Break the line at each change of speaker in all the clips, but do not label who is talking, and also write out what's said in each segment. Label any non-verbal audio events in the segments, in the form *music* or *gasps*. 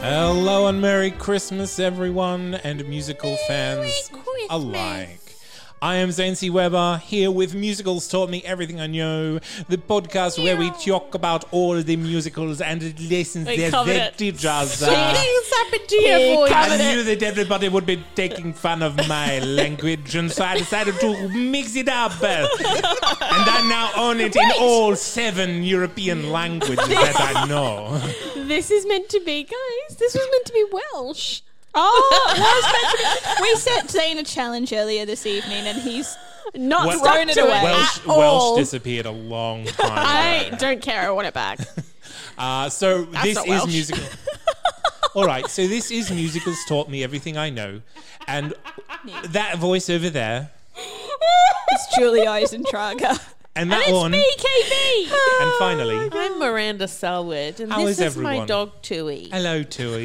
Hello and Merry Christmas, everyone, and musical fans alike. I am Zancy Weber, here with Musicals Taught Me Everything I Know, the podcast where we talk about all the musicals and the lessons
We
that
covered
they
*laughs*
it.
teach us.
happened to your voice.
I knew that everybody would be taking fun of my language, and so I decided to mix it up. and I now own it in all seven European languages that I know.
This is meant to be, guys. This was meant to be *laughs* Welsh.
Oh, *laughs* it was meant to be. We set Zane a challenge earlier this evening, and he's
Not
Wel-
thrown it away.
Welsh,
at all.
Welsh disappeared a
*laughs*
long time ago.
I don't care. I want it back.
Uh, so this
not
is
Welsh. *laughs*
musical. All right, so this is musicals taught me everything I know, and that voice over there,
*laughs* it's Julie Eisentrager.
and
And
that
it's
one,
me, KB.
*laughs* and finally,
I'm Miranda Selwood, and
How is
this is,
everyone?
my dog Tui.
hello,
*laughs*
Tui.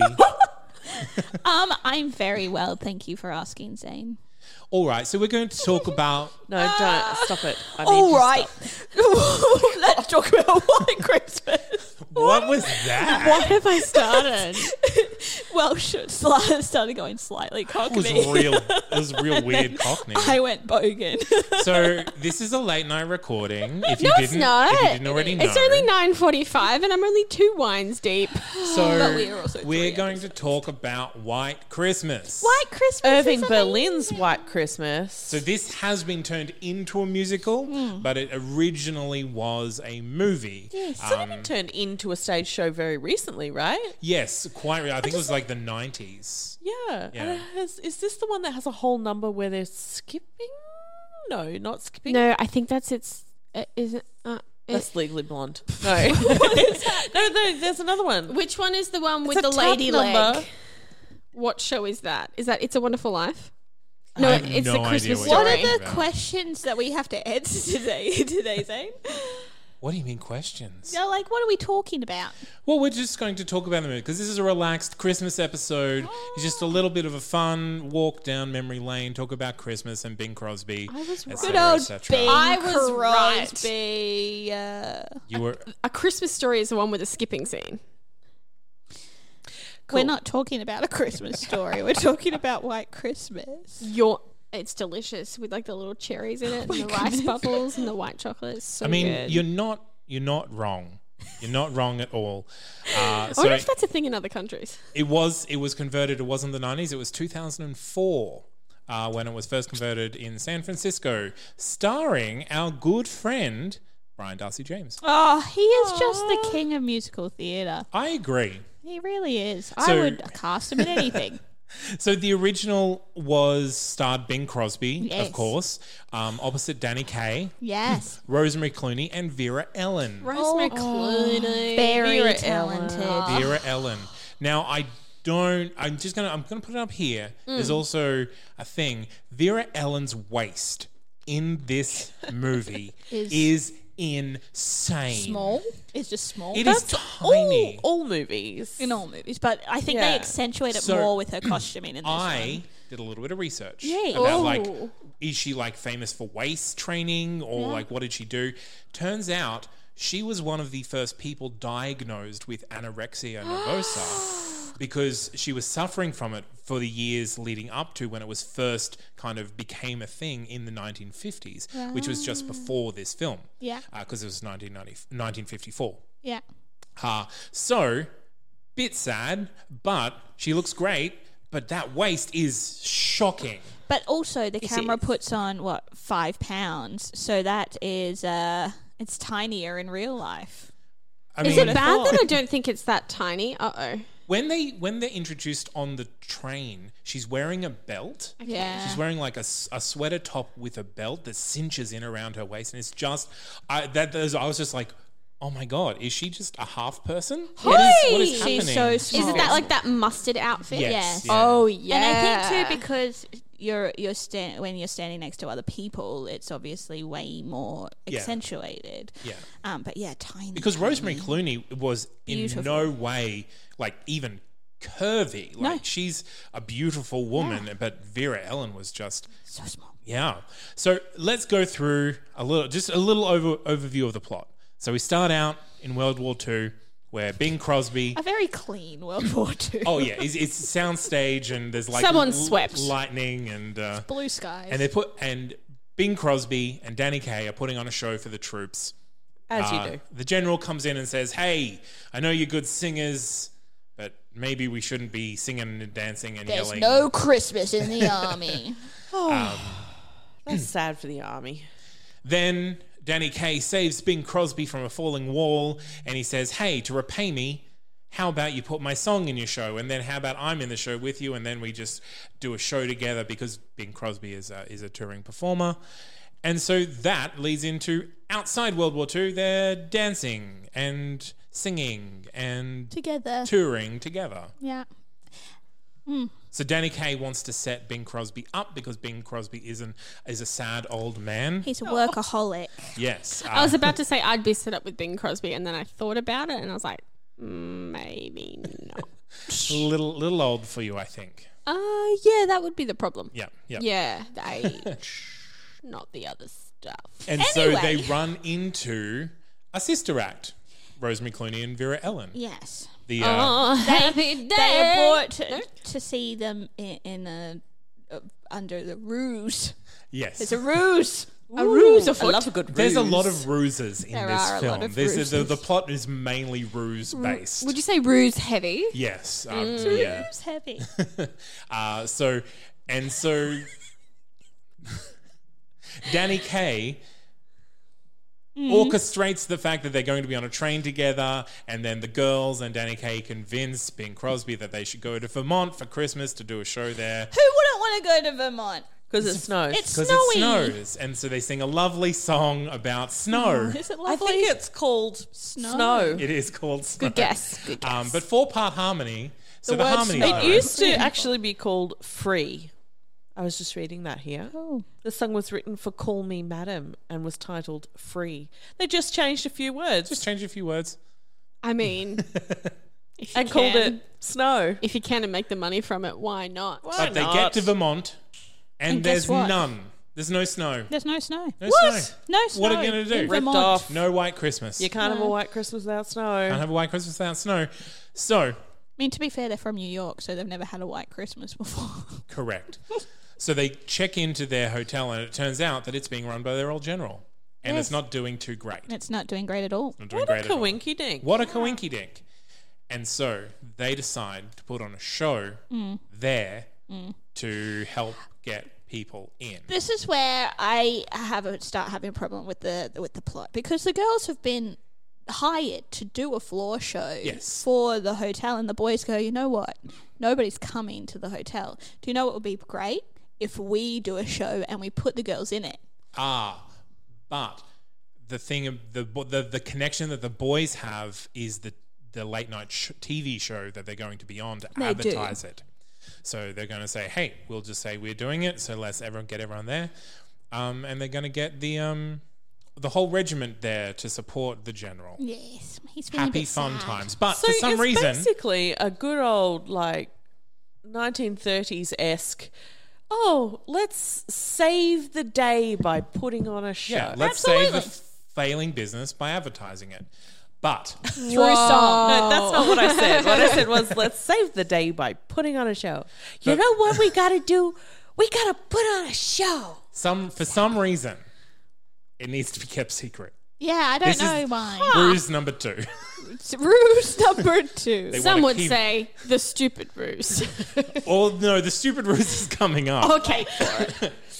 Um, I'm very well, thank you for asking, Zane.
All right, so we're going to talk about
No, don't stop it. I need
All
you to
right, *laughs* let's talk about White Christmas.
what was
Stop.
*laughs*
that?
Have I started?
Well, should sli- started going slightly
That was
cockney.
real. It was
*laughs*
real weird Cockney.
*laughs* I went bogan.
*laughs* So this is a late night recording. If you
No, it's
didn't,
not.
if you didn't already know,
It's only nine forty-five, and I'm only two wines deep.
So
But we are also
we're
three
going to talk about White Christmas.
White Christmas.
*laughs* Irving
is
Berlin's White Christmas.
So this has been turned into a musical, but it originally was a movie. Um, Yes,
It's even turned into a stage show very recently, right?
yes quite. Real. I think it was like the nineties.
Yeah.
Yeah.
And it has- is this the one that has a whole number where they're skipping? No, not skipping.
No, I think that's its. Uh, is it? Uh,
That's
it-
Legally Blonde. No. *laughs* no, no, there's another one.
which one is the one with
It's a
the lady
tab number.
leg? What show is that? Is that It's a Wonderful Life? No,
I have
it's
no
the
idea
Christmas
what
story.
What are the
Right.
questions that we have to answer today?
*laughs*
Today, Zane.
What do you mean questions?
*laughs* They're like, what are we talking about?
Well, we're just going to talk about the movie because this is a relaxed Christmas episode. It's just a little bit of a fun walk down memory lane, talk about Christmas and Bing Crosby. I was
right.
Good old Bing
I was right.
Crosby. Uh,
You were
A Christmas story is the one with a skipping scene.
We're not talking about a Christmas story. We're talking about White Christmas. Oh
Your it's delicious with like the little cherries in it, and the rice bubbles, and the white chocolate. It's so
I mean,
good.
you're not you're not wrong. You're not wrong at all. Uh,
I wonder
so
if that's a thing in other countries.
it was it was converted. It wasn't the nineties. It was two thousand and four. Uh, when it was first converted in San Francisco, starring our good friend Brian Darcy James.
Oh, he is just the king of musical theatre.
I agree.
He really is.
So-
I would cast him
*laughs*
in anything.
So the original was starred Bing Crosby,
Yes.
of course, um, opposite Danny Kaye,
yes.
Rosemary Clooney, and Vera Ellen.
Rosemary Clooney.
Very
Vera
talented.
Vera
Ah.
Ellen. Now I don't. I'm just gonna. I'm gonna put it up here.
Mm.
There's also a thing. Vera Ellen's waist in this movie is,
*laughs* Is-
insane.
Small. It's just small.
It is
That's
tiny.
All, all movies.
in all movies, but I think they
Yeah.
accentuate it
So,
more with her costuming in this
I did a little bit of research
Yay.
about like,
Ooh.
is she like famous for waist training or like what did she do? Turns out
*gasps*
she was one of the first people diagnosed with anorexia nervosa. because she was suffering from it for the years leading up to when it was first kind of became a thing in the 1950s, which was just before this film.
Yeah.
Because it was 1990, 1954.
Yeah.
Uh, so, bit sad, but she looks great, but that waist is shocking.
But also, the
Yes,
camera
yes.
puts on what five pounds, so that is uh, it's tinier in real life.
I
Is
mean,
it bad that I don't think it's that tiny? Uh oh.
when they when they're introduced on the train, she's wearing a belt.
Yeah.
She's wearing like a, s- a sweater top with a belt that cinches in around her waist, and it's just I that there's, I was just like, oh my god, is she just a half person? What is, what is
She's
happening?
so small.
Is it that like that mustard outfit?
Yes,
Yes.
yeah.
Oh yeah.
And I think too because you're you're stand when you're standing next to other people, it's obviously way more
Yeah.
accentuated.
Yeah.
Um, but yeah, tiny.
because Rosemary Clooney was in
Beautiful.
no way like even curvy. Like she's a beautiful woman, but Vera Ellen was just
so small.
Yeah. So let's go through a little, just a little over, overview of the plot. So we start out in World War II, where Bing
*laughs*
Crosby.
A very clean World War II.
Oh yeah, it's, it's soundstage and there's like
Someone swept.
lightning and uh,
Blue skies.
and they put and Bing Crosby and Danny Kaye are putting on a show for the troops.
As
Uh,
you do.
The general comes in and says, "Hey, I know you're good singers, but maybe we shouldn't be singing and dancing and
There's
yelling."
no Christmas in the army. *laughs*
That's sad for the army.
Then Danny Kaye saves Bing Crosby from a falling wall and he says, Hey, to repay me, how about you put my song in your show? And then how about I'm in the show with you? And then we just do a show together because Bing Crosby is a, is a touring performer. And so that leads into outside World War II, they're dancing and singing and
Together.
touring together.
yeah.
So Danny Kaye wants to set Bing Crosby up because Bing Crosby is, an, is a sad old man.
He's a workaholic.
*laughs*
Yes.
I
uh,
was about to say I'd be set up with Bing Crosby, and then I thought about it, and I was like, "Mm, maybe not.
A little little old for you, I think.
Uh, yeah, that would be the problem.
Yeah, yeah. *laughs*
Yeah, the age, not the other stuff.
And so they
Anyway.
run into a sister act, Rosemary Clooney and Vera Ellen.
Yes.
The
Oh.
uh,
happy day.
They are brought to, to see them in, in a, uh, under the ruse.
yes,
It's a ruse. A
Ooh,
ruse of
I love a good
there's a
ruse.
lot of ruses in
There
this
are a
film.
lot of
this is the,
ruses.
the plot is mainly ruse based.
Would you Mm. say ruse heavy?
yes, um, yeah.
Ruse heavy.
Uh, so and so, Danny Kaye orchestrates the fact that they're going to be on a train together, and then the girls and Danny Kaye convince Bing Crosby that they should go to Vermont for Christmas to do a show there.
Who wouldn't want to go to Vermont?
Because it snows.
It's
because
snowy.
it snows, and so they sing a lovely song about
*laughs*
snow.
Is it
I
lovely?
think it's called snow.
it is called snow.
Good guess. Good guess.
Um, but four part harmony. So the,
word
harmony.
snow. It used to actually be called free. I was just reading that here. The song was written for Call Me Madam and was titled Free. They just changed a few words
just change a few words.
I
*laughs*
mean, if you
and called
can-
it Snow.
If you can and make the money from it, why not?
Why
But they
not?
get to Vermont, and,
And guess
there's
what?
none. There's no snow.
There's no snow.
No snow.
No snow.
What are you gonna do?
in
Ripped
Ripped
Vermont.
off.
No white Christmas.
You can't have a white Christmas without snow.
Can't have a white Christmas without snow. So
I mean, to be fair, they're from New York, so they've never had a white Christmas *laughs* before.
correct. so they check into their hotel, and it turns out that it's being run by their old general, and it's not doing too great.
And it's not doing great at all.
Not doing
What
great
a
at all.
coinky dink.
What a coinky dink. And so they decide to put on a show
Mm.
there to help get people in.
This is where I have a start having a problem with the with the plot because the girls have been hired to do a floor show
Yes.
for the hotel, and the boys go, you know what? Nobody's coming to the hotel. Do you know what would be great if we do a show and we put the girls in it?
Ah, but the thing, of- the the the connection that the boys have is the the late night sh- TV show that they're going to be on to
do.
advertise it. So they're going to say, "Hey, we'll just say we're doing it." So let's everyone get everyone there, um, and they're going to get the um, the whole regiment there to support the general.
Yes, he's been a
Happy
bit
fun
sad.
times, but
So
Uh, for some
it's
reason,
basically a good old like 1930s esque. Oh, let's save the day by putting on a show.
yeah, let's save the failing business by advertising it. But
Through song.
No, that's not what I said. What I said was, let's save the day by putting on a show. You know what we got to do? We got to put on a show.
some for some reason, it needs to be kept secret.
Yeah, I don't
This
know
is- *laughs*
why.
Ruse number two.
Ruse number two.
They
Some
wanna
would
keep-
say the stupid *laughs* ruse.
Or no, the stupid ruse is coming up.
okay.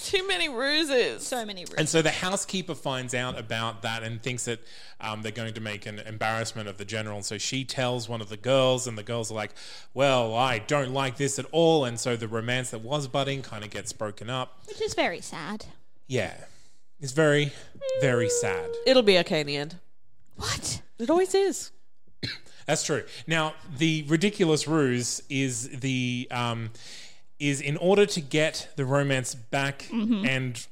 Too many ruses.
So many ruses.
And so the housekeeper finds out about that and thinks that um, they're going to make an embarrassment of the general. So she tells one of the girls, and the girls are like, Well, I don't like this at all. And so the romance that was budding kind of gets broken up.
Which is very sad.
Yeah. It's very, very sad.
It'll be okay in the end.
What?
It always is.
That's true. Now, the ridiculous ruse is the um, is in order to get the romance back
Mm-hmm.
and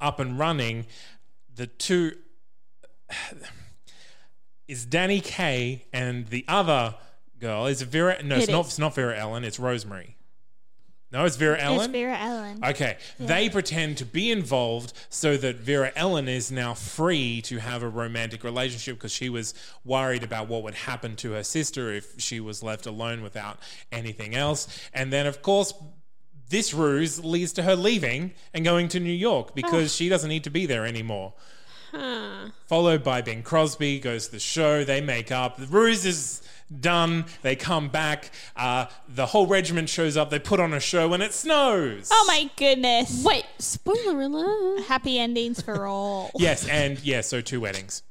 up and running, the two is Danny Kaye and the other girl is Vera. No, it's
It
not.
is.
It's not Vera Ellen. It's Rosemary. No, it's Vera Ellen.
It's Vera Ellen.
Okay, they pretend to be involved so that Vera Ellen is now free to have a romantic relationship because she was worried about what would happen to her sister if she was left alone without anything else. And then, of course, this ruse leads to her leaving and going to New York because she doesn't need to be there anymore. Followed by Ben Crosby goes to the show. They make up. The ruse is done. They come back. Uh, the whole regiment shows up. They put on a show and it snows.
Oh my goodness.
*laughs* Wait, spoiler alert.
Happy endings for
*laughs*
all.
*laughs* Yes, and yeah, so two weddings.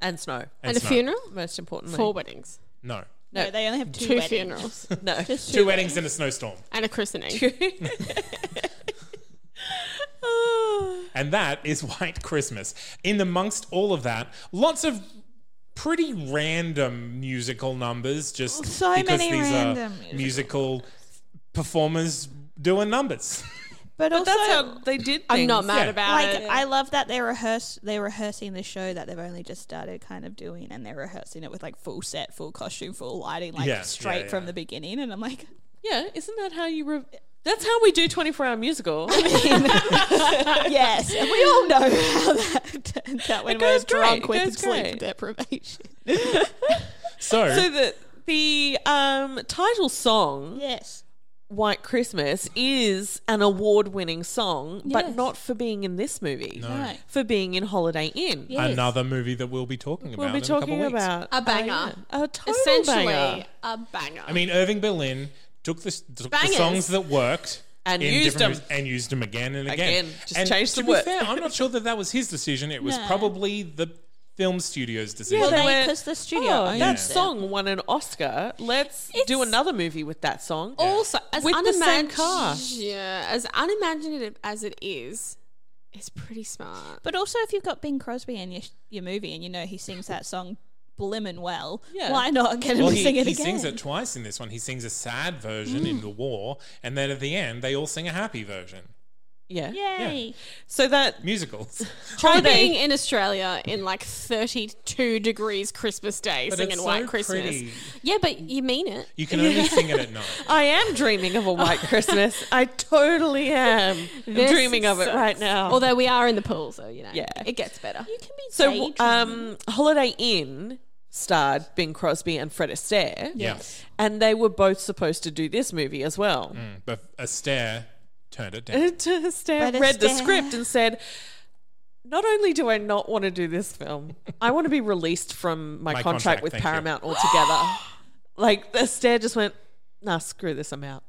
And snow,
And a
snow.
funeral?
most importantly.
Four weddings.
No.
No, they only have two,
Two
weddings.
funerals.
*laughs*
No.
Just
Two weddings and a snowstorm.
And a christening.
And that is *laughs* White Christmas. In amongst all of that, lots of pretty random musical numbers just
So
because
many
these
random
are musical performers doing numbers. *laughs*
But,
But
also,
that's how *laughs* they did things.
I'm not mad
Yeah.
about
like,
it.
I love that they rehearse. They're rehearsing the show that they've only just started kind of doing, and they're rehearsing it with like full set, full costume, full lighting, like
Yeah,
straight
yeah,
from
yeah.
the beginning. And I'm like, *laughs*
Yeah, isn't that how you. Re- that's how we do 24
*laughs*
hour musical.
yes, and we all know *laughs* how that turned out when
It
we're
goes great,
drunk
it
with
goes
sleep
great.
deprivation.
So,
so the, the um, title song,
Yes,
White Christmas, is an award winning song, but
Yes.
not for being in this movie,
Right.
for being in Holiday Inn.
another movie that we'll be talking about
We'll be
in a couple
talking
weeks.
about
A banger.
Oh, yeah. a total
Essentially,
banger.
a banger.
I mean, Irving Berlin took the, took the
Bangers.
songs that worked
And
in
used
different
'em.
mus- and used them again and again.
Again, just
and
changed
to
the
be
work.
fair, I'm not sure that that was his decision. It was
No.
probably the film studio's decision.
Well, they-
went,
'cause the studio
"Oh,
owns
that
it."
song won an Oscar. Let's do another movie with that song.
also, as
With the same
unimag-
car.
Yeah, as unimaginative as it is, it's pretty smart.
but also if you've got Bing Crosby in your your movie and you know he sings that song blimmin' well,
Yeah.
why not get him
Well,
to
he,
sing it
he
again? Mm.
sings it twice in this one. He sings a sad version in the war, and then at the end, they all sing a happy version.
Yeah.
Yay!
So
*laughs*
that
Musicals.
Try *laughs* being in Australia in like 32 degrees Christmas Day
But
singing
it's so
White Christmas.
pretty.
Yeah, but you mean it.
You can only sing it at night.
I am dreaming of a
*laughs*
white Christmas. I totally am. I'm
This
dreaming of it
sucks.
right now.
Although we are in the pool, so you know,
Yeah.
it gets better. uh,
You can be
so
so
um, Holiday Inn starred Bing Crosby and Fred Astaire.
Yes.
And they were both supposed to do this movie as well.
But Astaire turned
*laughs*
it
*laughs*
down.
And Astaire
Fred
read the
Astaire.
script and said, not only do I not want to do this film, I want to be released from my,
My
contract,
contract,
with
thank you.
Paramount altogether. like Astaire just went, nah, screw this, I'm out.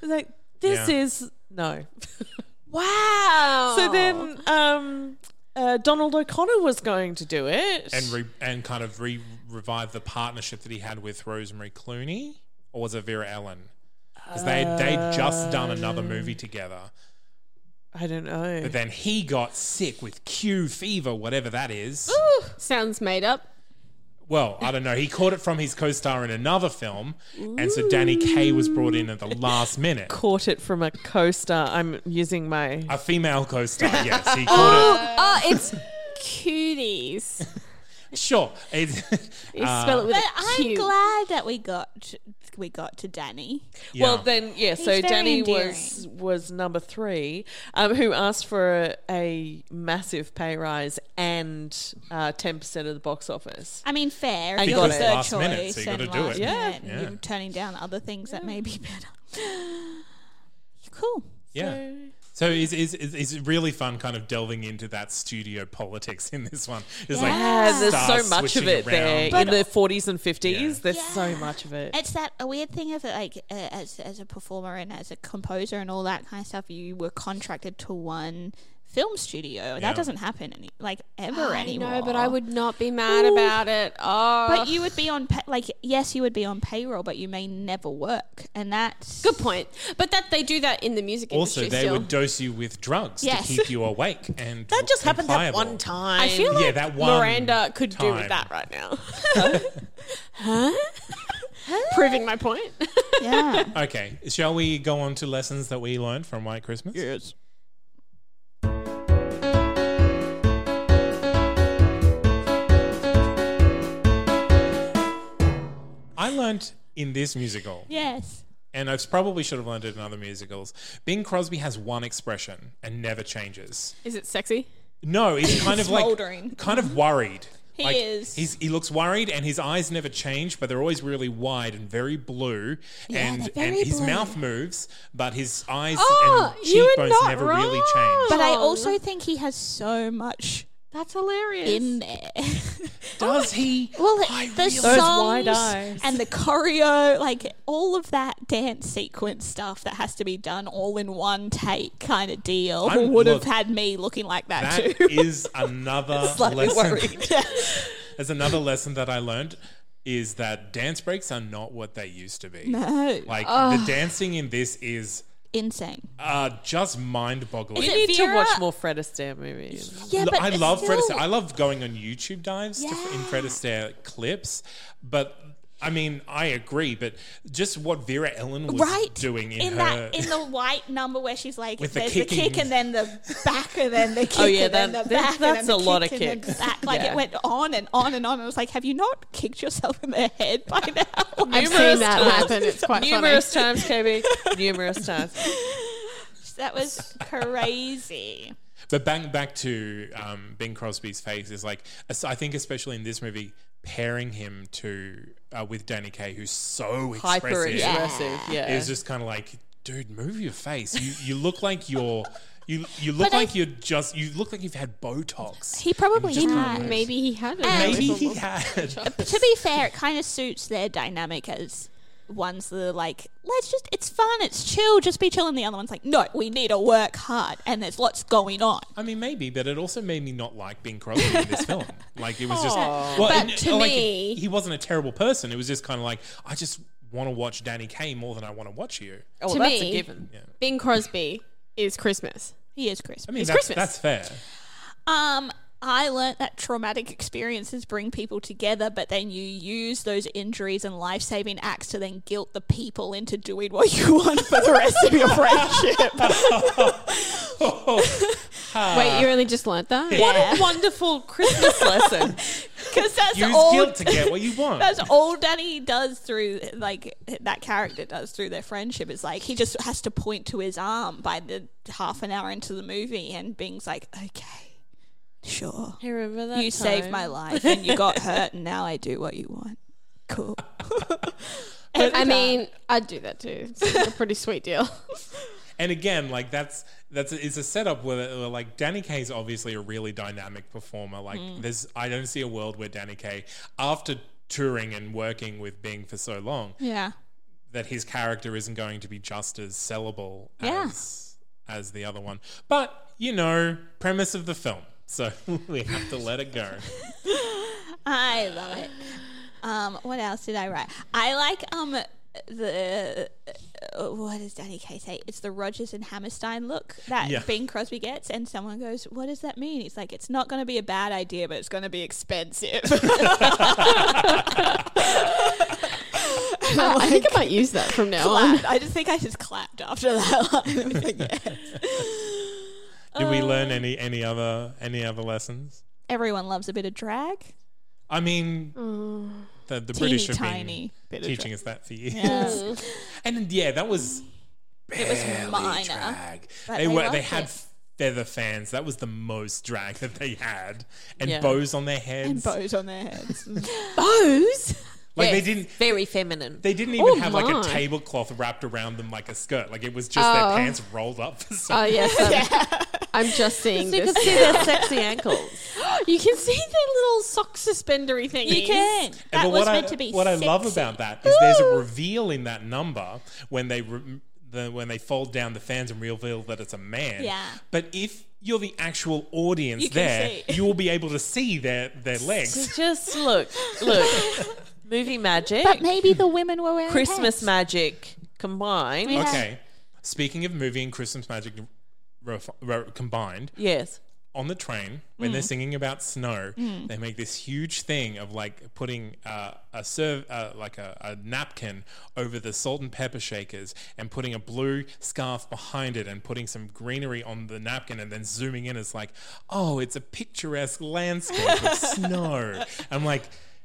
He's like, this
Yeah.
is no. *laughs*
Wow.
So then um, uh, Donald O'Connor was going to do it.
And, re- and kind of re- revive the partnership that he had with Rosemary Clooney, or was it Vera Ellen? Because they they'd just done another movie together.
I don't know.
But then he got sick with Q fever, whatever that is.
sounds made up.
Well, I don't know. He caught it from his co-star in another film, and so Danny Kaye was brought in at the last minute.
Caught it from a co-star. I'm using my.
Uh,
A female co-star, yes. He caught it.
Oh, it's cuties.
Sure. It's,
You spell it with
But
a
I'm
Q.
glad that we got we got to Danny.
yeah.
Well, then, yeah. so
very
Danny
endearing.
was was number three, um, who asked for a, a massive pay rise and uh, ten percent of the box office.
I mean, fair.
And
You're
got
the
it
third
last minute, so you
and
gotta do
last
it.
Yeah.
minute, and
Yeah.
You're turning down other things that may be better. *gasps* cool.
yeah. So is is is is really fun, kind of delving into that studio politics in this one. It's
Yeah,
like
And there's
stars
so much of
switching
it there
around.
in the 40s and 50s.
Yeah.
There's so much of it.
It's that a weird thing of like uh, as as a performer and as a composer and all that kind of stuff. You were contracted to one film studio.
Yeah.
That doesn't happen any like ever anymore.
No, but I would not be mad about it. Oh,
But you would be on pa- like yes, you would be on payroll, but you may never work, and that's
*laughs* good point. But that they do that in the music
Also,
industry
they
still.
would dose you with drugs
Yes.
to keep you
*laughs*
awake, and
that just
and
happened that
pliable.
one time.
I feel
Yeah,
like
that one
Miranda could do
time.
with that right now. *laughs* huh? Proving my point.
yeah.
Okay, shall we go on to lessons that we learned from White Christmas?
Yes.
I learned in this musical,
Yes.
and I have probably should have learned it in other musicals. Bing Crosby has one expression and never changes.
Is it sexy?
No,
*laughs*
he's kind of
Smouldering.
like kind of worried. He
is.
He's, he looks worried, and his eyes never change, but they're always really wide and very blue. and
they're
and
very
his
blue.
mouth moves, but his eyes
Oh,
and
you were
cheekbones
not
never really
wrong.
change.
But I
Oh.
also think he has so much
That's hilarious.
in there. *laughs*
Does he?
well,
I
the
really-
*laughs*
Those
songs
wide eyes.
and the choreo, like all of that dance sequence stuff that has to be done all in one take kind of deal,
I'm-
would
look,
have had me looking like that,
That
too. *laughs*
is another
Slightly
lesson.
worried.
*laughs* There's another lesson that I learned is that dance breaks are not what they used to be.
No.
Like the dancing in this is
*laughs* Insane.
uh, just mind-boggling.
you
it
need to
Vera?
watch more Fred Astaire movies.
Yeah,
L-
but
I love Fred
still-
Astaire. I love going on YouTube dives to f in Fred Astaire clips, but I mean, I agree. But just what Vera Ellen was
right
doing in, her
that in the white number where she's like
With the
there's the, kick
kicking.
and then the back and then the kick
Oh, yeah,
and then
that-
the
that-
back and
that's
then the
a lot of
kick and then
kicks.
back like
Yeah.
it went on and on and on I was like have you not kicked yourself in the head by now *laughs*
I've seen
numerous
that
times.
happen. It's quite
Numerous times, KB. Numerous times.
that was crazy
*laughs* But back back to um, Bing Crosby's face is like as- I think especially in this movie pairing him to uh, with Danny Kaye who's so
Hyper
expressive.
expressive. Yeah.
It's just kind of like, dude, move your face. You you look like you're you you look
But I-
like you're just you look like you've had Botox.
he probably
Just
had.
kind of-
Maybe he had it.
maybe he
*laughs*
had.
*laughs* to be fair it kind of suits their dynamic as one's the like let's just it's fun it's chill just be chill and the other one's like no we need to work hard and there's lots going on
I mean, maybe, but it also made me not like Bing Crosby in
*laughs*
this film. Like it was just, well,
But
and,
to
like,
me-
he wasn't a terrible person. It was just kind of like I just want to watch Danny Kaye more than I want to watch you.
oh,
to
that's
me-
a given.
Bing Crosby is Christmas.
he is Chris
I mean,
It's
that's,
Christmas.
that's fair.
*laughs*
Um, I learnt that traumatic experiences bring people together, but then you use those injuries and life saving acts to then guilt the people into doing what you want for the rest
*laughs*
of your friendship. *laughs*
Oh,
Wait, you only just learnt that?
What a wonderful
*laughs*
Christmas lesson.
Because that's
Use
all.
guilt to get what you want.
That's all Danny does through, like, that character does through their friendship. Is like, he just has to point to his arm by the half an hour into the movie, and Bing's like, okay, sure.
I remember that
You saved my life, and you got hurt, and now I do what you want. Cool.
I mean, I'd do that too. It's a pretty sweet deal.
And again, like that's that's it's a setup where, where, like Danny Kaye is obviously a really dynamic performer. Like
Mm.
there's I don't see a world where Danny Kaye after touring and working with Bing for so long
Yeah.
that his character isn't going to be just as sellable
Yeah.
as as the other one. But you know, premise of the film. So *laughs* we have to let it go.
I love it. Um, what else did I write? I like um the uh, what does Danny Kaye say? It's the Rogers and Hammerstein look that
Yeah.
Bing Crosby gets, and someone goes, "What does that mean?" He's like, "It's not going to be a bad idea, but it's going to be expensive." *laughs*
I think I might use that from now on.
Clapped. I just think I just clapped after that *laughs* line. I was like, yes. Uh,
Did we learn any any other any other lessons?
Everyone loves a bit of drag.
I mean, the, the
uh, Teeny
British have
tiny
been
bit of
teaching us that for years.
Yeah. *laughs*
And yeah, that was
It was minor.
drag.
but
They
they
were they
liked
had
it.
feather fans. That was the most drag that they had, and
Yeah.
bows on their heads.
And bows on their *laughs* heads.
Bows?
Like they
Yes,
didn't
Very feminine.
They didn't even
Oh,
have
my.
like a tablecloth wrapped around them like a skirt. Like it was just their
Oh.
pants rolled up for some
Oh, yes. I'm, I'm just seeing
you
this.
can see their sexy ankles.
You can see their little sock suspendery thingies.
You can.
And
That
but
was
what
meant
I,
to be.
What I love
sexy.
about that is there's a reveal in that number when they re- the, when they fold down the fans and reveal that it's a man.
Yeah.
But if you're the actual audience
You can
there,
see.
you will be able to see their their legs.
Just look, look. Movie magic,
But maybe the women were wearing
Christmas
pants.
magic combined.
Yeah.
Okay. Speaking of movie and Christmas magic re- re- combined,
Yes.
on the train when they're singing about snow, they make this huge thing of like putting uh, a serve uh, like a, a napkin over the salt and pepper shakers and putting a blue scarf behind it and putting some greenery on the napkin and then zooming in as like, oh, it's a picturesque landscape of snow. I'm like.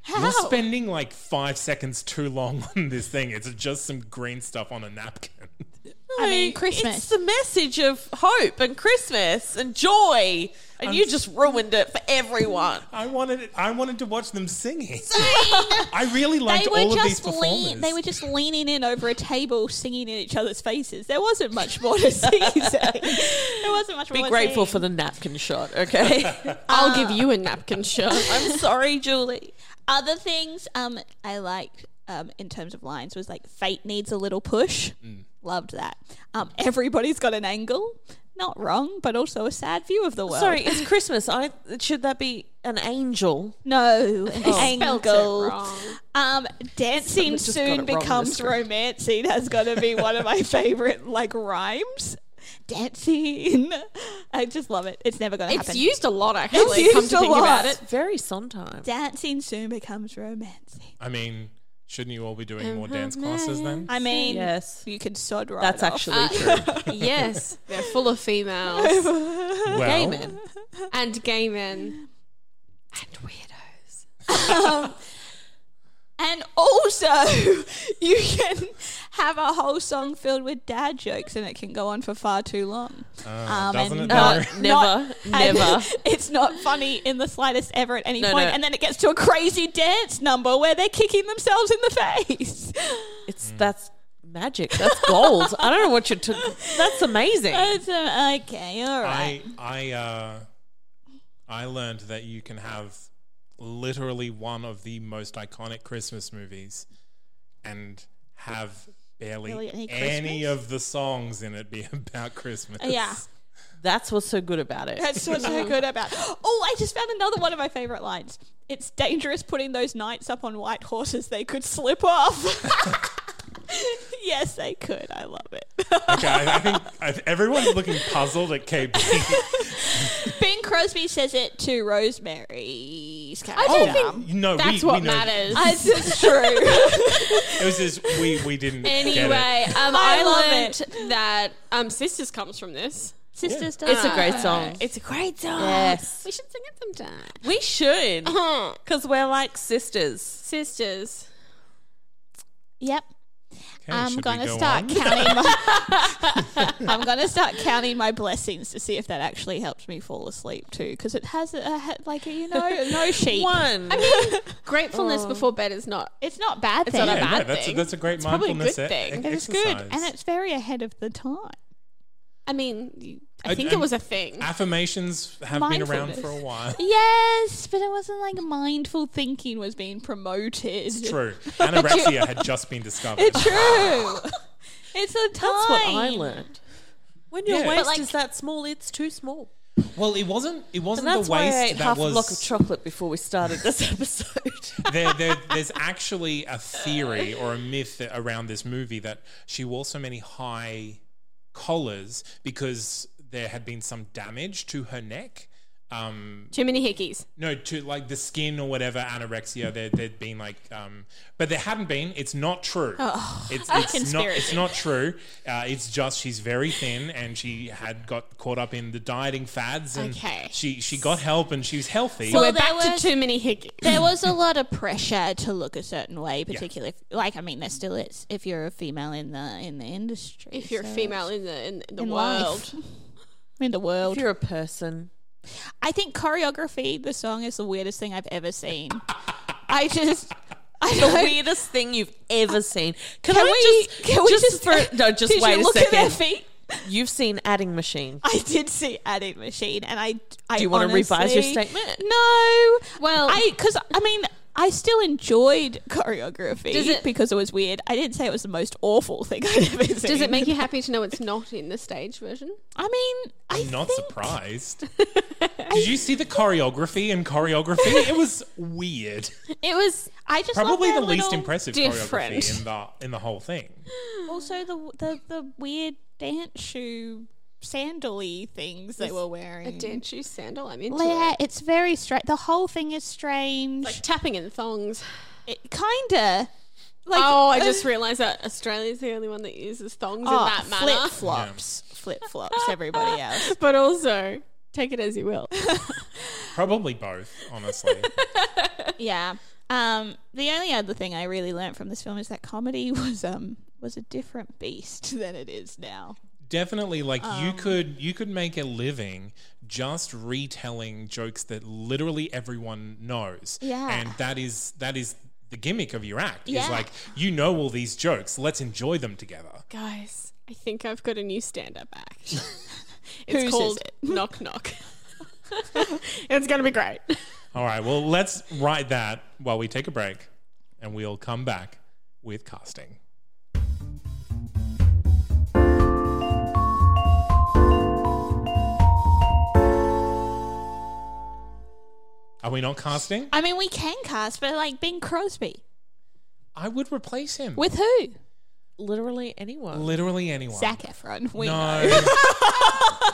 You're spending like five seconds too long *laughs* on this thing. It's just some green stuff on a napkin.
I mean,
It's
Christmas.
the message of hope and Christmas and joy, and you just ruined it for everyone.
I wanted it, I wanted to watch them singing. *laughs* I really liked
they were
all of these
just
performers.
lean, they were just leaning in over a table singing in each other's faces. There wasn't much more to *laughs* see.
*laughs*
so- there wasn't much
Be
more.
grateful
to see.
for the napkin shot,
*laughs*
okay?
I'll give you a napkin shirt.
I'm sorry, Julie.
other things. Um, I liked um in terms of lines was like fate needs a little push.
Mm.
Loved that. Um, everybody's got an angle. Not wrong, but also a sad view of the world.
Sorry, it's Christmas. I should that be an angel?
*laughs*
no
Spelt it
angle.
wrong.
Um, dancing
Someone's just got it wrong
soon
in the
becomes
script.
romancing has got to be one of
*laughs*
my favorite like rhymes. Dancing, I just love it. It's never gonna
It's
happen.
used a lot, actually.
It's
come
used
to
a
think about
lot.
it.
Very sometimes.
dancing soon becomes romancing.
I mean, shouldn't you all be doing more dance
Uh-huh,
classes then?
I mean,
Yes.
you can sod right
That's
off.
actually true.
Uh, *laughs* Yes, they're full of *laughs* females
Uh,
Well,
Gay men.
and gay men and weirdos.
And also, *laughs* you can have a whole song filled with dad jokes, and it can go on for far too long. um,
uh, doesn't it
not-
*laughs*
though? No,
not-
never,
and *laughs*
never.
it's not funny in the slightest ever at any
No,
point.
no.
And then it gets to a crazy dance number where they're kicking themselves in the face.
It's that's magic. That's gold. I don't know what you took.
*laughs*
That's amazing.
*laughs* It's, uh, okay, all *laughs* right.
I I uh I learned that you can have literally one of the most iconic Christmas movies and have barely
Really any
any
Christmas?
of the songs in it be *laughs* about Christmas.
yeah.
That's what's so good about it.
That's what's so good about. Oh, I just found another one of my favorite lines. It's dangerous putting those knights up on white horses; they could slip off. *laughs* yes, they could. I love it. *laughs*
Okay, I, I think I, everyone's looking puzzled at KB.
Bing Crosby says it to Rosemary's Oh, character.
don't think-
no,
That's
we,
what
we know-
matters.
*laughs*
This is true. *laughs*
It was just we we didn't get it.
Anyway, um,
I
I,
love
learned that um, Sisters comes from this.
Sisters,
It's a great song.
It's a great song.
Yes.
We should sing it sometime.
We should,
Uh-huh.
because we're like sisters.
Uh-huh. Sisters.
Yep.
Okay, should
I'm
we
gonna
go
start
on?
counting. *laughs* My, I'm gonna start counting my blessings to see if that actually helps me fall asleep too, because it has a, a he- like you *laughs* know no sheep.
One.
Gratefulness before bed is not.
It's not bad.
It's
thing.
not a
Yeah,
bad
no, that's,
thing.
A, that's a great
It's probably a
mindfulness
good
e-
thing.
e-
It's good and
exercise.
it's very ahead of the time.
I mean, you- I
I-
think
I'm-
it was a thing.
affirmations have been around for a
*laughs*
Mindfulness.
while.
Yes, but it wasn't like mindful thinking was being promoted. It's
True. Anorexia had just been discovered.
It's true. *laughs* it's a time.
That's what I learned. When your
Yeah. But
waist
like-
is that small, it's too small.
*laughs* Well, it wasn't. It
And
wasn't
that's
the
why I
waist
ate
that
half a block of
was.
chocolate before we started this *laughs* episode.
there, there, there's actually a theory or a myth that- around this movie that she wore so many high collars because there had been some damage to her neck. um,
Too many hickeys.
no, to like the skin or whatever anorexia. There, there'd been like, um, but there hadn't been. It's not true. *laughs*
Oh, *laughs*
it's it's not. It's not true. Uh, it's just she's very thin and she had got caught up in the dieting fads and
Okay.
she she got help and she was healthy.
Well,
We're
there
back
was-
to too many hickeys.
there was a lot of pressure to look a certain way, particularly if, like I mean, there still is if you're a female in the in the industry.
If you're a
so-
female in the in the
in
world,
*laughs* life. in the
If
world,
you're a person,
I think choreography the song is the weirdest thing I've ever seen.
*laughs*
I just I *laughs*
the
don't-
weirdest thing you've ever seen. Can,
Can
I
we
just?
can we
just,
just, *laughs*
for, no? Just
did you
wait a
look
second.
At their feet?
You've seen adding machine.
I did see adding machine, and I. I
Do you wanna revise your
honestly-
statement?
No.
Well-
I because I mean I still enjoyed choreography
Does it-
because it was weird. I didn't say it was the most awful thing I'd ever seen.
does
*laughs*
it make you happy to know it's not in the stage version?
I mean, I
I'm not
think- *laughs*
surprised. Did you see the choreography and choreography? It was weird.
It was.
I just love
Probably
their
the least
little-
impressive
different.
choreography in the in the whole thing.
Also, the the the weird dance shoe sandally things they were wearing.
A dance shoe sandal. I'm into
Yeah,
it.
it's very strange. The whole thing is strange.
Like tapping in thongs.
it kinda. Like,
oh, I just realised that Australia's the only one that uses thongs in that manner.
Flip flops, flip flops. oh,
*laughs*
Everybody else.
But also, take it as you will.
Probably both, honestly.
yeah. Um, the only other thing I really learned from this film is that comedy *laughs* was um was a different beast *laughs* than it is now.
Definitely like
Um.
you could you could make a living just retelling jokes that literally everyone knows.
Yeah.
And that is that is the gimmick of your act. Is
Yeah.
like you know all these jokes, let's enjoy them together.
Guys, I think I've got a new stand up act.
Whose
it's
is
called
it?
*laughs* Knock Knock. it's going to be great.
All right, well let's write that while we take a break and we'll come back with casting. Are we not casting?
*laughs* I mean, we can cast, but like Bing Crosby
I would replace him
with who?
Literally anyone.
literally anyone.
Zac Efron. We know. *laughs*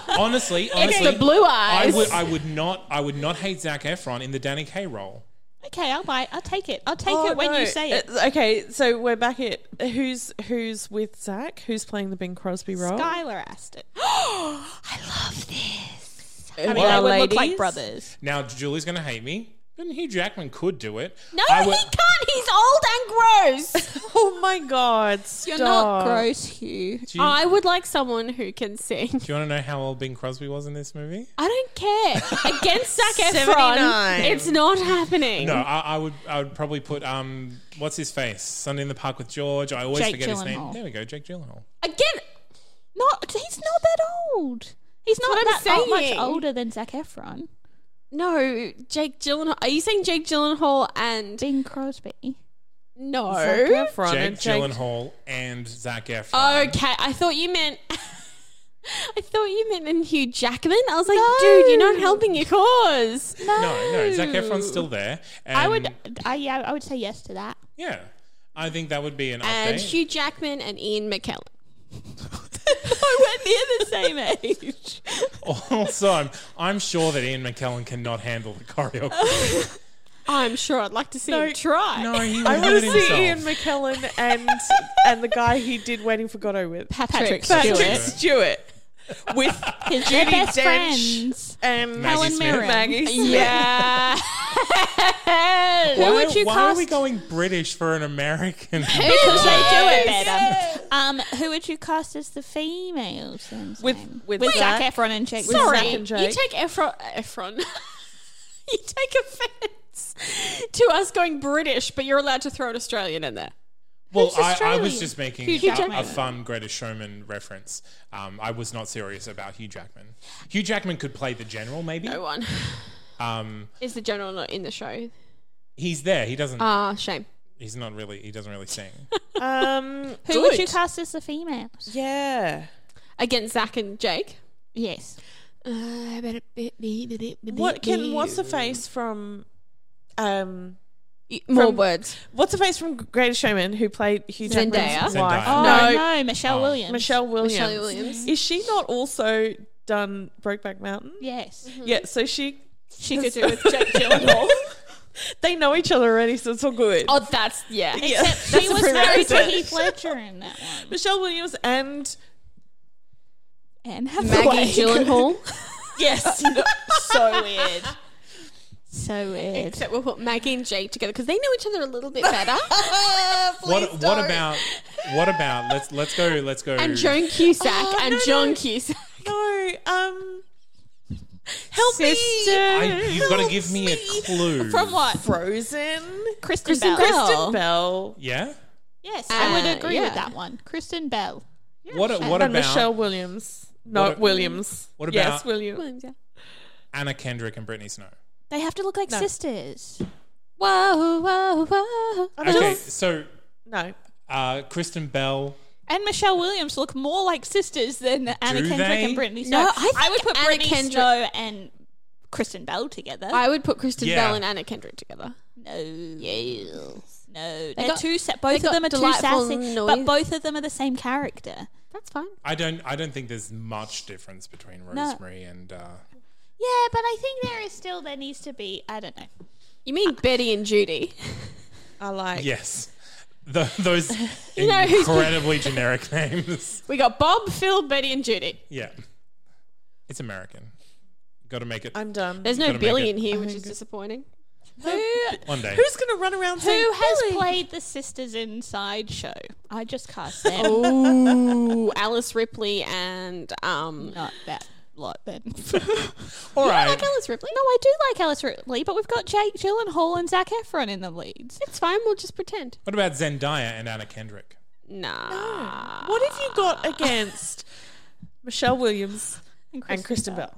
no. honestly, honestly,
the blue
I
eyes.
would, I would not, I would not hate Zach Efron in the Danny Kaye role.
Okay, I'll buy. it. I'll take it. I'll take
Oh,
it when
no.
you say it.
Uh, okay, so we're back at who's who's with Zach? Who's playing the Bing Crosby
Oh.
role?
Skylar Aston. *gasps* I love this. I mean,
Well,
they would look
ladies.
like brothers.
Now Julie's going to hate me, but Hugh Jackman could do it.
No,
I
he
would-
can't. He's old and gross.
Oh my God! Stop.
You're not gross, Hugh.
Do you,
I would like someone who can sing.
do you want to know how old Bing Crosby was in this movie?
I don't *laughs* care. Against Zac Efron,
79.
it's not happening.
No, I, I would, I would probably put um, what's his face, Sunday in the Park with George. I always
Jake
forget his name.
Gyllenhaal.
There we go, Jake Gyllenhaal.
Again,
Not. He's not that old. He's not
what I'm
that not much
saying.
older than Zac Efron.
no, Jake Gyllenhaal. Are you saying Jake Gyllenhaal and
Bing Crosby.
no?
Zac Efron
Jake
and Jake-
Gyllenhaal and Zach Efron.
Okay, I thought you meant. I thought you meant in Hugh Jackman. I was like, dude, you're not helping your cause.
no, no, Zach Efron's still there. And
I would. I yeah. I would say yes to that.
yeah. I think that would be an
And
update.
Hugh Jackman and Ian McKellen. *laughs*
I went near the same age.
*laughs* Also, I'm, I'm sure that Ian McKellen cannot handle the choreography.
I'm sure I'd like to see him try.
no, he
I
would do
want to
it himself.
see Ian McKellen and and the guy he did Waiting for Godot with
Patrick,
Patrick
Stewart.
Stewart
*laughs*
with
His
Judi
best
Dench.
friends.
Maggie
um,
Helen
Smith.
Mirren.
Maggie Smith.
*laughs* Yeah. Who
Why,
would you
why
cast?
are we going British for an American?
because they do it better.
better. Um, who would you cast as the females? then,
With-
Sam?
with
with Zac
Zac.
Efron and Jake.
With
Sorry,
Zac and
you
Jake.
take Efron. Efron. *laughs* you take offense to us going British, but you're allowed to throw an Australian in there.
well,
Who's
I, I was
Australian?
just making
Hugh
a, a
Jackman.
fun Greta Showman reference. Um, I was not serious about Hugh Jackman. Hugh Jackman could play the general, maybe.
No one
Um,
is the general not in the show.
he's there. He doesn't.
Ah, shame.
he's not really. He doesn't really sing.
Uh.
Um,
Who would
Good.
you cast as the females?
yeah.
*laughs* Against Zach and Jake.
Yes.
Uh,
What can what's the face from um
More
From-
words.
what's the face from Greatest Showman who played Hugh Jackman's
Zendaya?
Zendaya.
wife?
Oh,
No,
no, Michelle
Oh.
Williams.
Michelle Williams. *laughs*
Michelle Williams.
Is she not also done Brokeback Mountain?
Yes.
Yeah, so she
she could do with Jake Gyllenhaal.
*laughs* They know each other already, so it's all good.
*laughs* Oh, that's yeah.
Except she was married to Heath Ledger in that one.
Michelle Williams and
And *laughs* have
Maggie Gyllenhaal.
Yes. *laughs* so weird. So weird.
*laughs* Except we'll put Maggie and Jake together because they know each other a little bit better.
What, what about what about let's let's go let's go
and Joan Cusack
Oh,
and
no,
John
no.
Cusack.
no, um, help
Sister.
I,
me.
you've got to give me a clue
From what?
Frozen.
Kristen,
Kristen
Bell.
Bell.
Kristen Bell.
yeah
Yes, I would
Uh,
agree
yeah.
with that one. Kristen Bell.
what a- what about
and Michelle Williams.
What
Not
a-
Williams.
What
yes,
about-
Williams?
Anna Kendrick and Brittany Snow
They have to look like
No.
sisters. Whoa, whoa, whoa.
okay so
No.
uh, Kristen Bell
And Michelle Williams look more like sisters than Anna
Do
Kendrick
they?
and Brittany Snow.
No, I think
would put
Anna
Brittany
Kendrick-
Snow and Kristen Bell together.
I would put Kristen
Yeah.
Bell and Anna Kendrick together.
no. No. They're
got-
two sa-
they
both of
got
them are too
delightful
sassy,
noise.
but both of them are the same character.
That's fine.
I don't I don't think there's much difference between Rosemary and uh,
Yeah, but I think there is still there needs to be I don't know.
You mean Betty and Judy?
I like.
yes Tho-
*laughs*
those
know who's-
incredibly generic names
We got Bob, Phil, Betty, and Judy.
yeah it's American got to make it
I'm done.
There's no
Gotta make
Billy
it-
in here, which is disappointing.
one day
Who's going to run around
Who
saying,
has
"Billy"?
played the sisters Oh. in Sideshow? I just cast *laughs* them.
Ooh, Alice Ripley and um.
Not that lot then.
all
I
right
like Alice Ripley. No, I do like Alice Ripley, but we've got Jake Gyllenhaal and Zach Efron in the leads.
It's fine. We'll just pretend.
what about Zendaya and Anna Kendrick
Nah.
What have you got against Michelle Williams and Kristen Bell?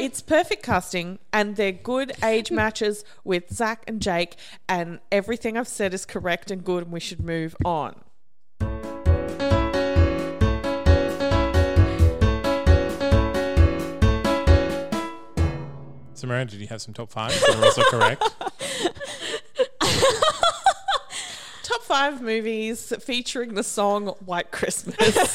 It's perfect casting, and they're good age matches with Zach and Jake. And everything I've said is correct and good, and we should move on.
Samara did you have some top fives that are also
*laughs*
correct
Top five movies featuring the song "White Christmas."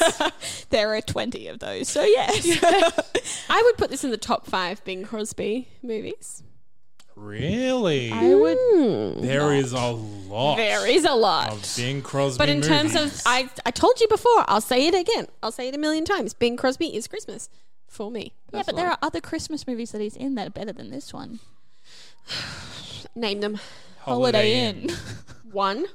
There are 20 of those, so *laughs*
*laughs*
yes.
I would put this in the top five Bing Crosby movies.
really
would.
There is a lot
There is a lot.
of Bing Crosby
But in terms of,
movies.
I, I told you before, I'll say it again. I'll say it a million times. Bing Crosby is Christmas for me.
Yeah, but
personally.
there are other Christmas movies that he's in that are better than this one.
Name them.
Holiday Inn.
One.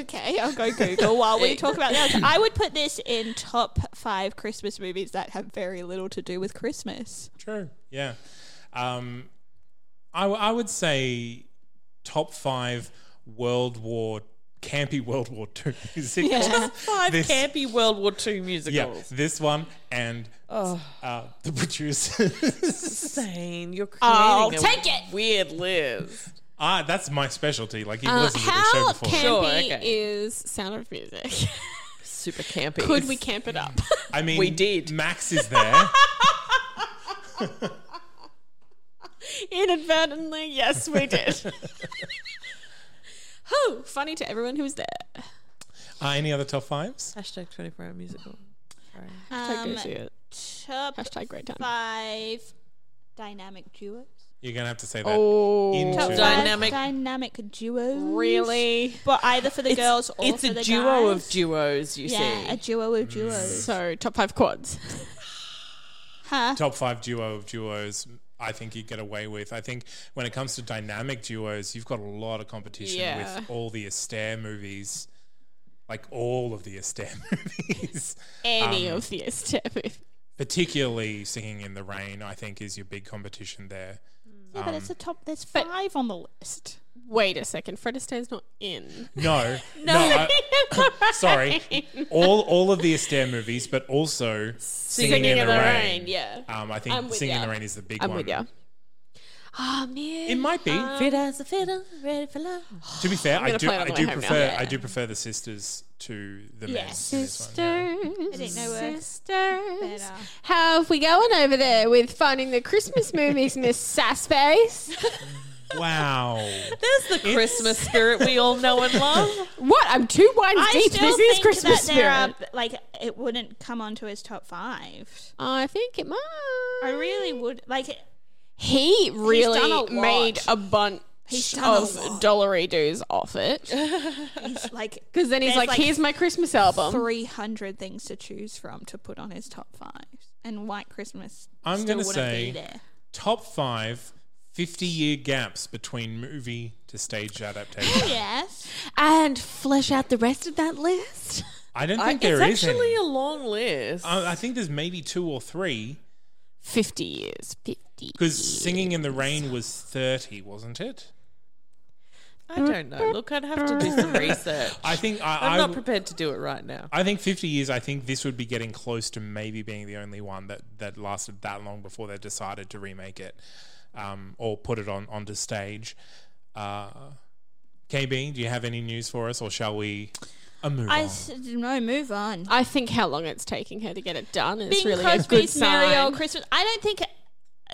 okay, I'll go Google while we talk
*laughs*
about that. *laughs* I would put this in top five Christmas movies that have very little to do with Christmas.
True. Yeah. Um, I, w- I would say top five World War campy World War Two musicals.
Yeah.
*laughs* five
This-
campy World War II
Yeah,
musicals.
this one and uh, the producers. *laughs*
Insane! You're creating
I'll
a
take it.
weird list.
ah, that's my specialty. Like he
Uh,
listened to the show
how
before.
campy
Sure, okay.
is Sound of Music?
Super campy.
Could we camp it up?
I mean,
We did.
Max is there.
Inadvertently, yes, we *laughs* did. oh, funny to everyone who was there.
uh, any other top fives?
*laughs* Hashtag 24 hour musical.
Hashtag go
Um,
see it.
Top
Hashtag great time.
five dynamic duos.
You're gonna have to say that.
Oh.
Into-
Top five
Dynamic-
dynamic duos.
Really?
But either for the girls or
it's
for
a
the
duo
guys.
of duos, you see.
Yeah, a duo
Mm.
of duos.
So, top five quads.
Huh?
top five duo of duos I think you get away with. I think when it comes to dynamic duos, you've got a lot of competition
Yeah.
with all the Astaire movies. Like all of the Astaire *laughs* movies.
Any
Um,
of the STEM.
Particularly Singing in the Rain, I think, is your big competition there.
Yeah, but it's a top. There's five on the list.
Wait a second. Fred Astaire's not in. *laughs*
No. no. I- sorry. All all of the Astaire movies, but also Singing, in, the, Rain.
yeah.
Um, I think
I'm with
Singing in
ya.
the Rain is the big
I'm
one.
with you. Oh, man.
It might be.
Fit as a fiddle, ready for love.
to be fair, I
gonna
do
play it on
I
the
do
way home now.
prefer
Yeah.
I do prefer the sisters to the men.
Yes.
in this one, yeah.
I didn't know
Sisters,
Better.
how have we going over there with finding the Christmas movies, Miss Sassface?
Wow.
There's the Christmas spirit we all know *laughs* and love.
What? I'm two wines
I
deep.
still
This is
think
Christmas
that there
spirit.
are like it wouldn't come onto his top five.
I think it might. *laughs*
I really would like.
He
done a
really
lot.
made a bunch
done a
of
lot.
dollary do's off it.
It's like
Because then he's
There's
like,
like
here's my Christmas album.
three hundred things to choose from to put on his top five, and White Christmas.
I'm
still
gonna
wouldn't
say-
be there.
Top five 50 year gaps between movie to stage adaptation.
yes,
And flesh out the rest of that list.
I don't
I,
think
it's
there is
actually
any.
a long list.
I I think there's maybe two or three
50 years. 50.
because Singing in the Rain was 30, wasn't it?
I don't know. Look, I'd have to do
*laughs*
some research.
I think I,
I'm
I
not
w-
prepared to do it right now.
I think 50 years, I think this would be getting close to maybe being the only one that, that lasted that long before they decided to remake it um, or put it on onto stage. Uh, KB, do you have any news for us or shall we uh, move
I
on?
s- no move on.
I think how long it's taking her to get it done is
Bing
really a good
Crosby's
sign.
Merry Old Christmas. I don't think,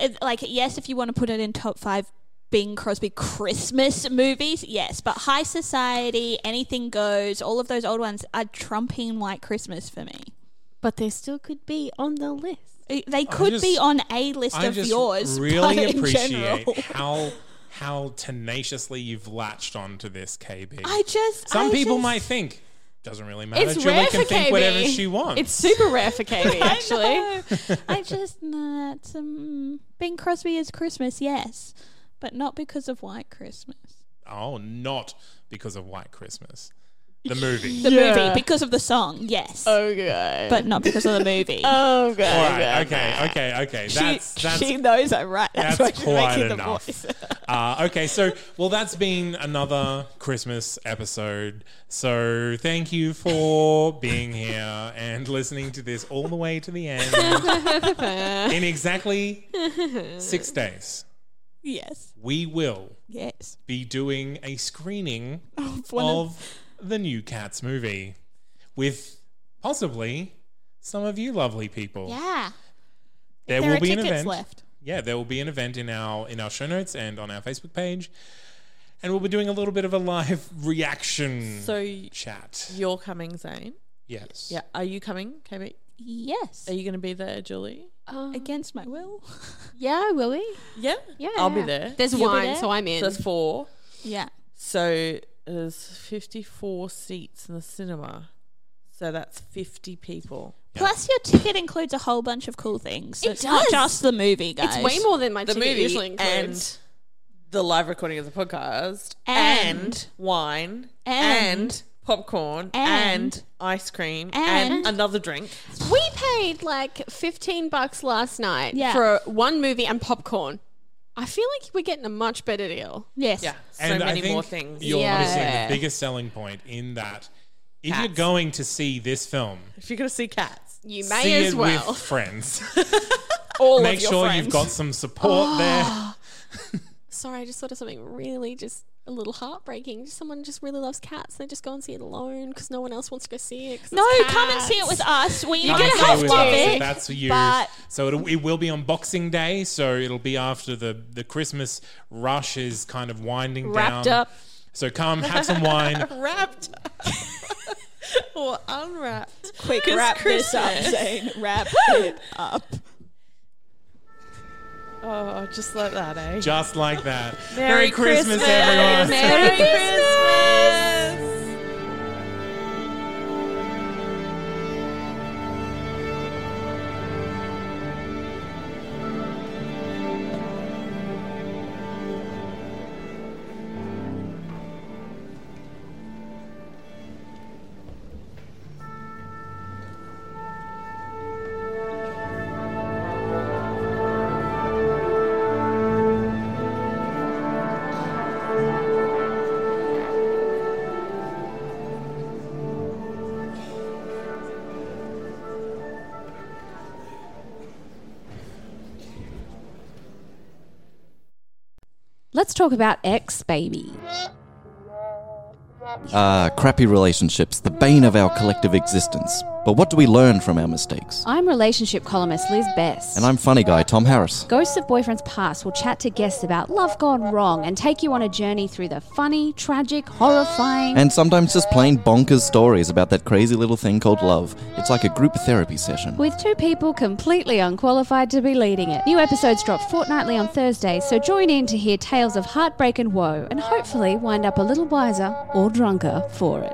it- like, yes, if you want to put it in top five Bing Crosby Christmas movies, yes, but High Society, Anything Goes, all of those old ones are trumping White Christmas for me.
But they still could be on the list.
They could be
just-
on a list
I
of
just
yours. *laughs*
really
but in
appreciate
general-
how how tenaciously you've latched onto this, KB.
I just
Some
I
people
just-
might think doesn't really matter.
It's
Julie
rare
can
for
think
KB.
whatever she wants.
It's super rare for Katie, actually.
*laughs* I just nah, it's, um, Bing Crosby is Christmas, yes, but not because of White Christmas.
oh, not because of White Christmas, the
*laughs*
movie.
The movie because of the song, yes,
Okay.
but not because of the movie.
Oh, God.
All right, okay, okay, okay. That's that's
knows I'm right.
that's quite enough. *laughs* uh, okay, so well, that's been another Christmas episode. So thank you for being here and listening to this all the way to the end.
*laughs*
In exactly six days,
Yes.
we will
Yes.
be doing a screening
one of-
of the new Cats movie with possibly some of you lovely people.
Yeah.
there,
there
will
are
be an
tickets
event.
left.
Yeah, there will be an event in our in our show notes and on our Facebook page, and we'll be doing a little bit of a live *laughs* reaction
So y-
chat.
you're coming, Zane.
Yes.
Yeah. Are you coming, KB?
Yes.
Are you going to be there, Julie?
Against my will.
Yeah, will we?
Yeah.
Yeah,
I'll be
yeah.
there.
There's
You'll be
wine,
there?
so I'm in.
So that's four.
Yeah.
So there's 54 seats in the cinema. So that's 50 people.
Plus, your ticket includes a whole bunch of cool things. So
It
it's not
does.
just the movie, guys.
It's way more than my
The
ticket
movie
usually includes.
and the live recording of the podcast
And-
wine
and-
and, popcorn
and-
and, ice cream
and-
and, another drink.
We paid like 15 bucks last night
Yeah.
for one movie and popcorn. I feel like we're getting a much better deal.
Yes.
Yeah, so
and I
many
think
more things.
You're
Yeah.
missing the biggest selling point in that if you're
Cats.
going to see this film,
If you're going to see *laughs* cats,
You may
see
as
it
well.
with friends.
*laughs* All
Make
of your
sure
friends.
you've got some support
*gasps*
there. *laughs*
Sorry, I just thought of something really just a little heartbreaking. Just someone just really loves cats. They just go and see it alone because no one else wants to go see it. 'cause
No,
it's
come and see it
cats.
with us. We
You're
Come
are going
gonna
to
and
have
stay with
love
us if
it.
That's you.
but-
so it'll, it will be on Boxing Day. So it'll be after the, the Christmas rush is kind of winding
Wrapped
down.
up.
So come have some wine.
wrapped *laughs* or unwrapped.
Quick,
'Cause
wrap this up,
Christmas.
Zane. Wrap it up.
Oh, just like that, eh?
Just like that.
Merry Christmas.
everyone.
Merry
Christmas!
Let's talk about X, baby.
uh, Ah, crappy relationships, the bane of our collective existence. But what do we learn from our mistakes?
I'm relationship columnist Liz Best.
And I'm funny guy Tom Harris.
Ghosts of Boyfriends Past will chat to guests about love gone wrong and take you on a journey through the funny, tragic, horrifying.
And sometimes just plain bonkers stories about that crazy little thing called love. It's like a group therapy session.
with two people completely unqualified to be leading it. New episodes drop fortnightly on Thursdays, so join in to hear tales of heartbreak and woe, and hopefully wind up a little wiser or drunker for it.